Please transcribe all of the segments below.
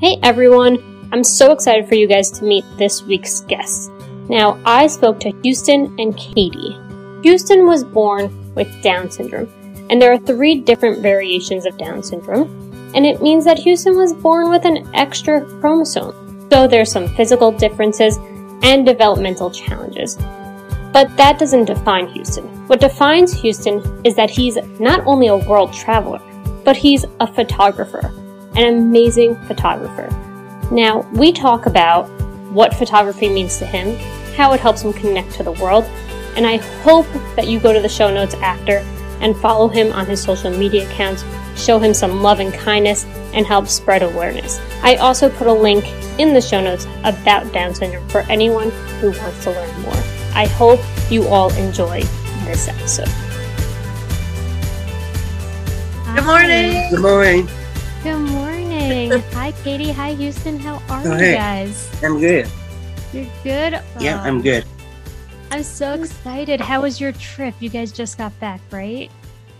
Hey everyone, I'm so excited for you guys to meet this week's guests. Now, I spoke to Houston and Katie. Houston was born with Down syndrome, and there are three different variations of Down syndrome, and it means that Houston was born with an extra chromosome. So there's some physical differences and developmental challenges. But that doesn't define Houston. What defines Houston is that he's not only a world traveler, but he's a photographer an amazing photographer. Now, we talk about what photography means to him, how it helps him connect to the world, and I hope that you go to the show notes after and follow him on his social media accounts, show him some love and kindness, and help spread awareness. I also put a link in the show notes about Down syndrome for anyone who wants to learn more. I hope you all enjoy this episode. Good morning. Good morning. Good morning. Hi, Katie. Hi, Houston. How are Oh, you hey. guys? I'm good. You're good. Yeah, Aw, I'm good. I'm so excited. How was your trip? You guys just got back, right?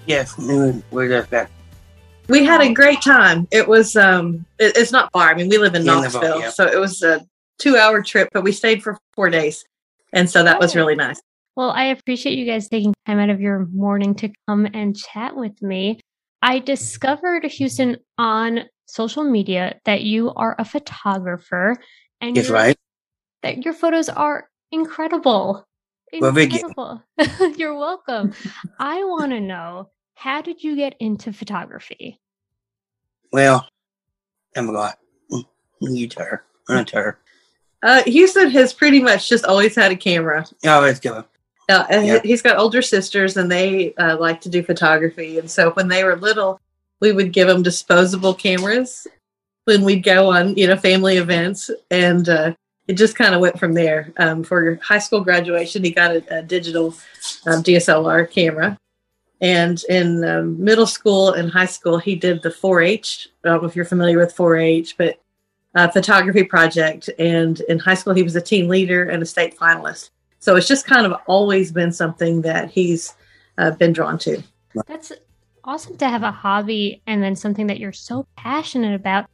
Yes, we- we're just back. We had a great time. It was um it- it's not far. I mean, we live in Yeah, in Knoxville, Knoxville, yeah. so it was a 2-hour trip, but we stayed for 4 days. And so that was Oh. really nice. Well, I appreciate you guys taking time out of your morning to come and chat with me. I discovered Houston on social media that you are a photographer and Yes, your- right. that your photos are incredible. Well, thank you. Incredible. You're welcome. I want to know how did you get into photography? Well, I'm God. You tell her. I'm not tell her. Uh Houston has pretty much just always had a camera. Yeah, let's go. Uh, and he- Yeah. he's got older sisters and they uh, like to do photography, and so when they were little, we would give them disposable cameras when we'd go on, you know, family events and uh it just kind of went from there. Um, for high school graduation, he got a, a digital um, DSLR camera. And in um, middle school and high school, he did the 4 H. I don't know if you're familiar with 4 H, but uh, photography project. And in high school, he was a team leader and a state finalist. So it's just kind of always been something that he's uh, been drawn to. That's awesome to have a hobby and then something that you're so passionate about,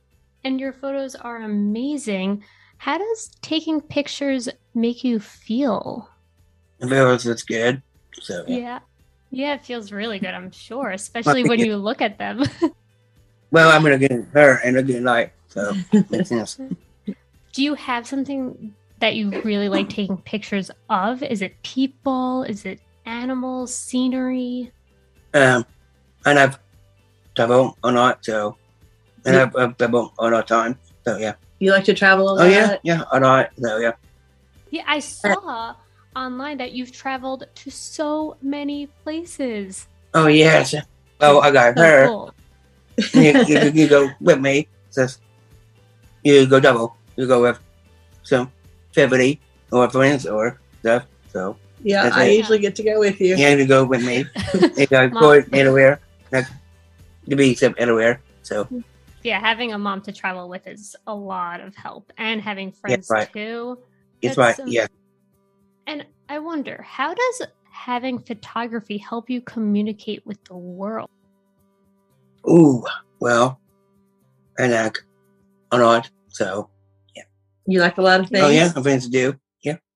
and your photos are amazing. How does taking pictures make you feel? If it was, it's good. So, Yeah. Yeah, it feels really good, I'm sure, especially when yeah. you look at them. well, I'm going to get her and a good night. So, makes sense. Do you have something that you really like taking pictures of? Is it people? Is it animals, scenery? Um, and I've traveled a lot, so, and I've, I've traveled a lot of time. So, yeah. You like to travel a lot. Oh, yeah, yeah, a lot. So, yeah. Yeah, I saw online that you've traveled to so many places. Oh, yes. Oh, I got So her. cool. you, you, you go with me. Says you go double. You go with some family or friends or stuff. So Yeah, That's I right. usually get to go with you. you have to go with me. You go Mom. go anywhere. Like to be some anywhere. So Yeah, having a mom to travel with is a lot of help, and having friends right. too. That's it's right. some- yeah. And I wonder, how does having photography help you communicate with the world? Ooh. Well, I like a lot. So You like a lot of things. oh yeah, my friends do.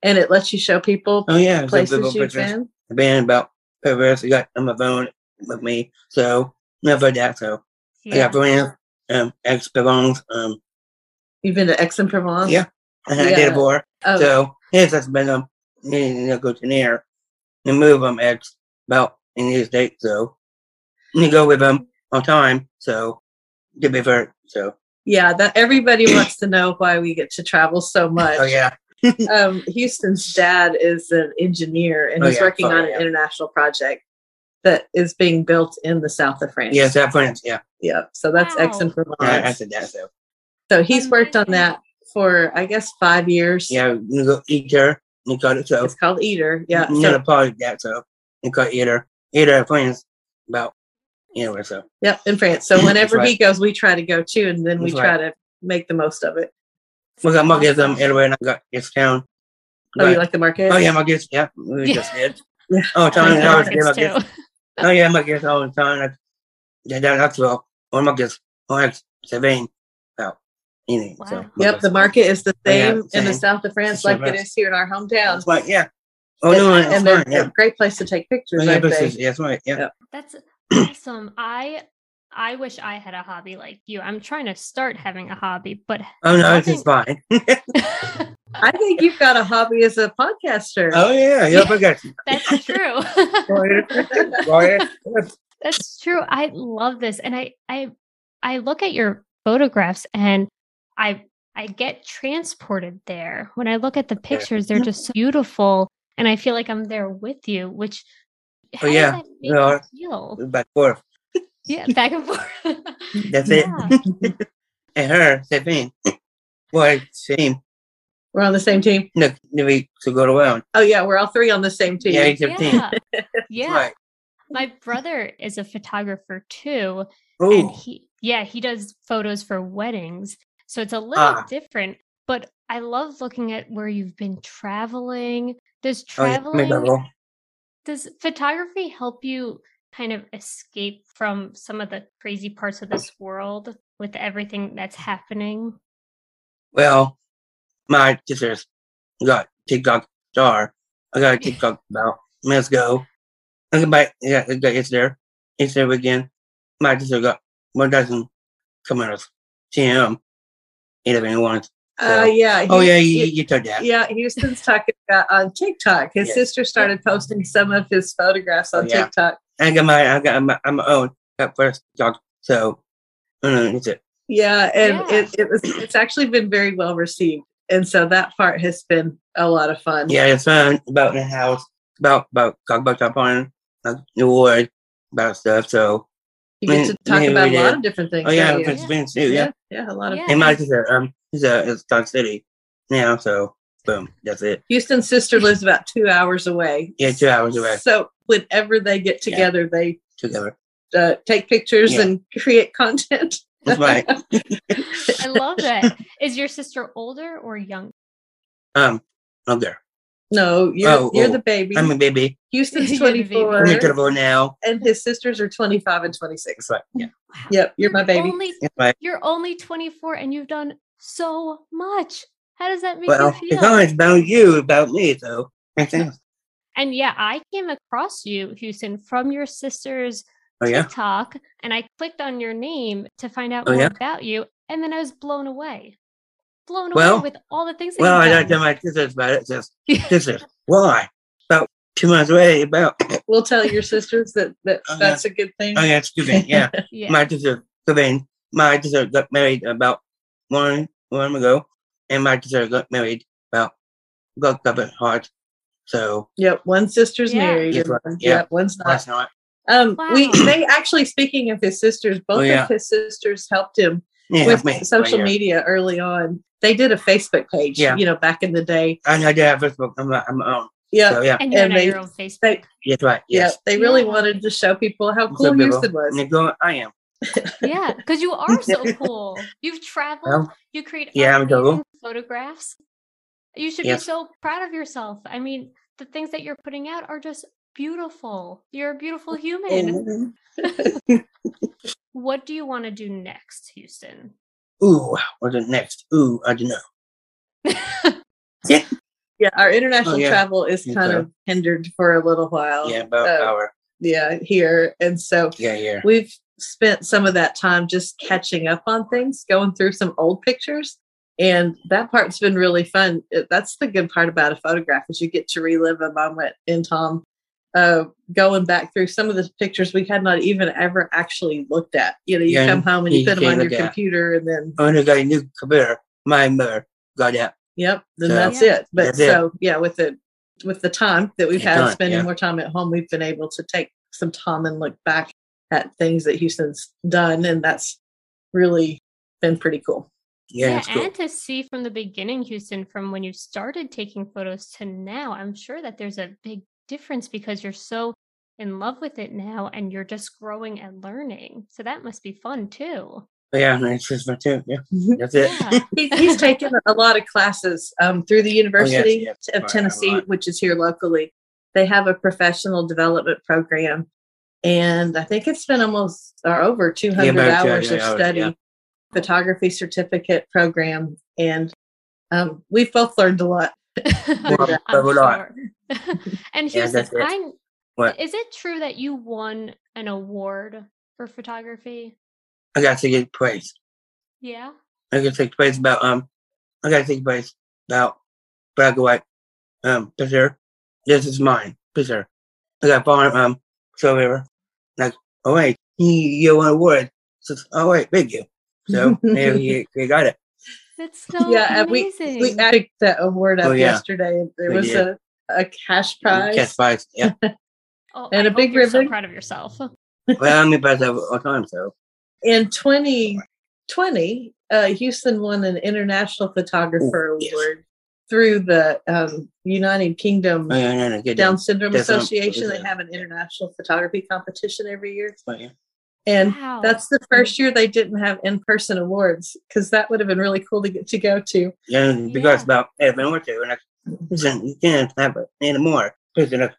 And it lets you show people Oh yeah. some people places you've pictures. been. I've been about Paris. I got on my phone with me. So stuff like that. So I got friends. Um, ex belongs. Um. You've been to Aix-en-Provence. Yeah. and I did Yeah. a board. Oh, So his has been um you know, go to there and move him at about in his date, so you go with him on time, so to be fair, so Oh, yeah. That everybody wants to know why we get to travel so much. oh yeah. um, Houston's dad is an engineer and Oh, he's yeah. working Oh, on yeah. an international project that is being built in the south of France. Yes, that friends, yeah. Yeah. So that's Wow. Aix-en-Provence. I, I said that so. So he's worked on Amazing. that for, I guess, five years. Yeah, you go eat her, you call it so It's called Eater. Yeah. you so- gotta party that so you call eater. Eater friends about anywhere so Yep, in France. So That's whenever he right. goes, we try to go too, and then we That's try right. to make the most of it. we got markets um everywhere and I got it's town. Oh, you But- like the market? oh yeah, markets, yeah, we Yeah. just did. Yeah. Oh time I was Markets, good markets. too. Oh yeah, my guess all the time. I, yeah, that, that's well. Or my guess, or Savine. So anything. eh. So, Wow. Yep, the market is the Oh, yeah, same in the same. south of France It's the like it best. is here in our hometown. That's right. Yeah. Oh no, and, it's and they're fine. Yeah. a great place to take pictures. Yeah, aren't but they? it's- that's right. Yeah. Yeah. That's awesome. I I wish I had a hobby like you. I'm trying to start having a hobby, but Oh no, it's Nothing- just fine. I think you've got a hobby as a podcaster. Oh yeah. Yep. I got you. that's true. Right here. Right here. that's true. I love this. And I I I look at your photographs and I I get transported there. When I look at the pictures, they're just so beautiful and I feel like I'm there with you, which how does Oh, yeah, that make you you are. feel? Back forth. Yeah, back and forth. That's it. yeah. And her, Stephanie. Well, same. We're on the same team. Look, we to go around. Oh yeah, we're all three on the same team. Yeah, he's fifteen. Yeah. yeah. Right. My brother is a photographer too. And Oh, he yeah, he does photos for weddings. So it's a little Ah. different, but I love looking at where you've been traveling. Does oh yeah, traveling made that wrong. does photography help you kind of escape from some of the crazy parts of this world with everything that's happening? Well, my sister's got TikTok star. I got a TikTok about let's go. I got my yeah, I got it's there. It's there again. My sister got one dozen cameras. TM. Eight of it once. Uh, yeah. Oh he- yeah, you, he- you told that. yeah. Houston's talking about on TikTok. His Yes. sister started posting some of his photographs on Oh, yeah. TikTok. I got my I got my, I'm my own got first dog. So no no it's it. Yeah, and Yeah. It, it was. It's actually been very well received, and so that part has been a lot of fun. Yeah, it's fun about the house, about about talk about top on like the wood, about stuff. So you get to Mm, talk yeah, about a we lot did. of different things. oh yeah, don't you? it's yeah. been too, yeah. yeah, yeah, a lot of. Yeah. And my sister, um, she's a is Dog City now, so boom, that's it. Houston's sister lives about two hours away. Yeah, two hours away So whenever they get Yeah. together, they together. uh, take pictures Yeah. and create content. That's right. I love that. Is your sister older or young? um, I'm there. No, you're Oh, you're oh, the baby. I'm a baby. Houston's You're the twenty baby. four, I'm incredible now. and his sisters are twenty five and twenty six. That's right. Yeah, Wow. Yep, you're my baby. Only that's right. you're only 24 and you've done so much. How does that make Well, you it's feel? always about you, about me, so that's it. And yeah, I came across you, Houston, from your sister's Oh yeah, TikTok, and I clicked on your name to find out Oh, more yeah? about you, and then I was blown away, blown Well- away with all the things. That Well, I you've talked to done. my sisters about it. Just sisters, why? About two months away. About oh We'll tell your sisters that, that Oh, yeah. that's a good thing. yeah, it's good. Yeah, yeah. my sister, Cobain, my sister got married about one one ago, and my sister got married about got covered heart. So Yep, one sister's Yeah. married. Yes, and right. one- Yeah. yep, one's not. last night, Um, we Wow. they actually speaking of his sisters, both Oh, yeah. of his sisters helped him yeah, with me, social right here. media early on. They did a Facebook page, Yeah. you know, back in the day. I know, yeah, first of all, I'm, I'm on. Yeah, So yeah, and you're and on they- your own Facebook. they- yes, right, yeah. yes. They really Yeah. wanted to show people how So cool people- Houston was. Nicole, I am. yeah, because you are so cool. You've traveled. Um, you create yeah, I'm amazing Google. photographs. You should be Yes. so proud of yourself. I mean, the things that you're putting out are just beautiful. You're a beautiful human. And What do you want to do next, Houston? Ooh, what's the next? Ooh, I don't know. yeah, our international Oh, yeah. travel is Yeah, kind so- of hindered for a little while. Yeah, about uh, our yeah, here and so yeah, yeah. we've spent some of that time just catching up on things, going through some old pictures. And that part's been really fun. It- That's the good part about a photograph is you get to relive a moment in time. Uh, going back through some of the pictures we had not even ever actually looked at. You know, you Yeah, come home and you, you put them can't on your look at. computer, and then I only got a new computer. My mother got that. yep, then So- that's Yeah. it. But That's it. so yeah, with the with the time that we've Yeah, had time, spending yeah. more time at home, we've been able to take some time and look back at things that Houston's done, and that's really been pretty cool. Yeah, it's cool. and to see from the beginning, Houston, from when you started taking photos to now, I'm sure that there's a big difference because you're so in love with it now and you're just growing and learning. So that must be fun too. But yeah, and it's just my too. Yeah, that's it. Yeah. He- he's taken a lot of classes um, through Oh, the University yes, of right, Tennessee, right. which is here locally. They have a professional development program, and I think it's been almost or over 200 about hours 200 of hours, study yeah. photography certificate program, and um, we've both learned a lot. Well, I'm we're not. sure. and Yeah, here's that's it. I'm, What? is it true that you won an award for photography? I got to get praise. Yeah. I got to take praise about um. I got to take praise about black and white um picture. This is mine picture. I got farm um so river. Like oh wait, you you won award. So, oh wait, thank you. So yeah, you, you got it. That's so Yeah, and amazing. We added that award up Oh, yeah. yesterday. and There We was did. a, a cash prize. Catch prize. Yeah. oh, and I a hope big you're so ribbon. proud of yourself. well, I'm impressed all the time. So In 2020, uh, Houston won an International Photographer yes. Award through the um, United Kingdom oh, yeah, no, no, good. Down Syndrome That's what I'm- Association. They yeah. have an international photography competition every year. deal. Yeah. And wow. that's the first year they didn't have in person awards because that would have been really cool to get to go to. Yeah, Yeah. because about Evan or two, and I listen, you can't have it anymore. Listen, uh,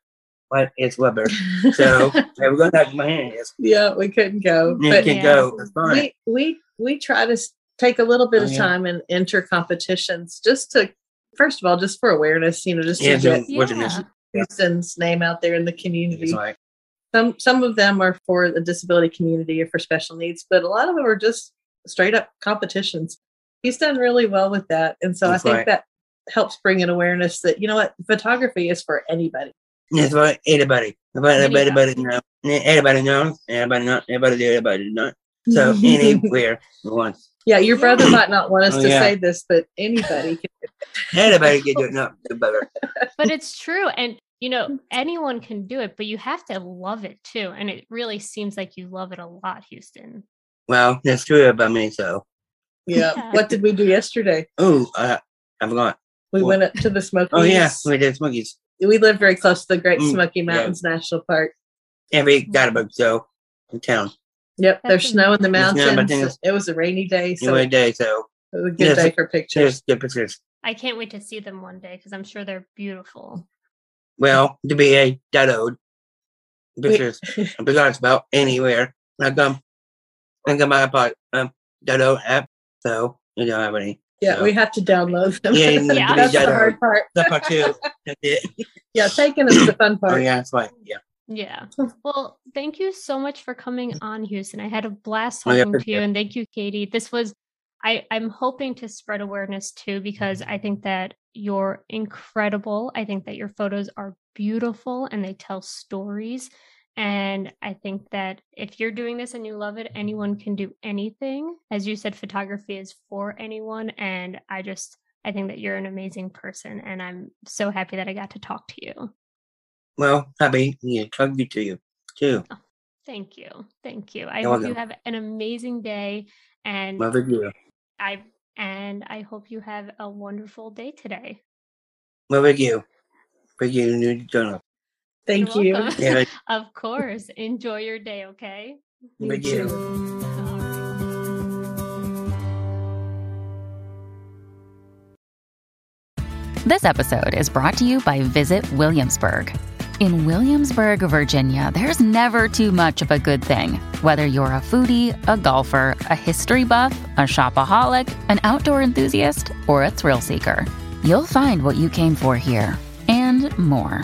what is rubber? So I was going to my hand. Yes, yeah, we couldn't go. you But can Yeah. go. It's fine. we we we try to s- take a little bit Oh, of yeah. time and enter competitions just to first of all just for awareness you know just Yeah, to get so what it is, Yeah. houston's name out there in the community it's like, some some of them are for the disability community or for special needs but a lot of them are just straight up competitions he's done really well with that and so i That's think right. that helps bring an awareness that you know what photography is for anybody it's like anybody, everybody, Anybody. everybody, know, everybody knows, everybody knows, everybody, do, everybody knows. So anywhere, once yeah your brother might not want us Oh, to yeah. say this but anybody can anybody can do it, no, the better. but it's true and you know anyone can do it but you have to love it too and it really seems like you love it a lot houston Well, that's true about me. So, yeah Yeah. what did we do yesterday oh, uh, I forgot. We Well- went up to the Smokies. Oh yeah, we did smokies. We live very close to the Great Mm, Smoky yeah. Mountains National Park. Every got a bug. So in town, Yep, That's there's snow in the amazing. Yeah, but then mountains. it's- It was a rainy day, so every it day. So was a good Yes, day for pictures. there's good pictures. i can't wait to see them one day because i'm sure they're beautiful Well, to be a dead pictures besides about anywhere. Like um I got my iPod um dead app, so you don't have any. Yeah, so. we have to download them. Yeah, you Yeah. that's yeah, the hard part. That part too. That's it. Yeah, taking is the fun Oh part. yeah, that's right. Yeah. yeah well thank you so much for coming on houston i had a blast Oh, talking to yeah, you appreciate it. and thank you katie this was I, I'm hoping to spread awareness too because I think that you're incredible. I think that your photos are beautiful and they tell stories. And I think that if you're doing this and you love it, anyone can do anything. As you said, photography is for anyone. And I just, I think that you're an amazing person. And I'm so happy that I got to talk to you. Well, happy yeah, talk you to you too. Thank you. Thank you. I You're hope you welcome. have an amazing day. And Love you. I, and I hope you have a wonderful day today. Love you. For you new journal. Thank You're you. welcome. Yeah, Of course. Enjoy your day, okay? You Thank you. too. This episode is brought to you by Visit Williamsburg. In Williamsburg, Virginia, there's never too much of a good thing. Whether you're a foodie, a golfer, a history buff, a shopaholic, an outdoor enthusiast, or a thrill seeker, you'll find what you came for here and more.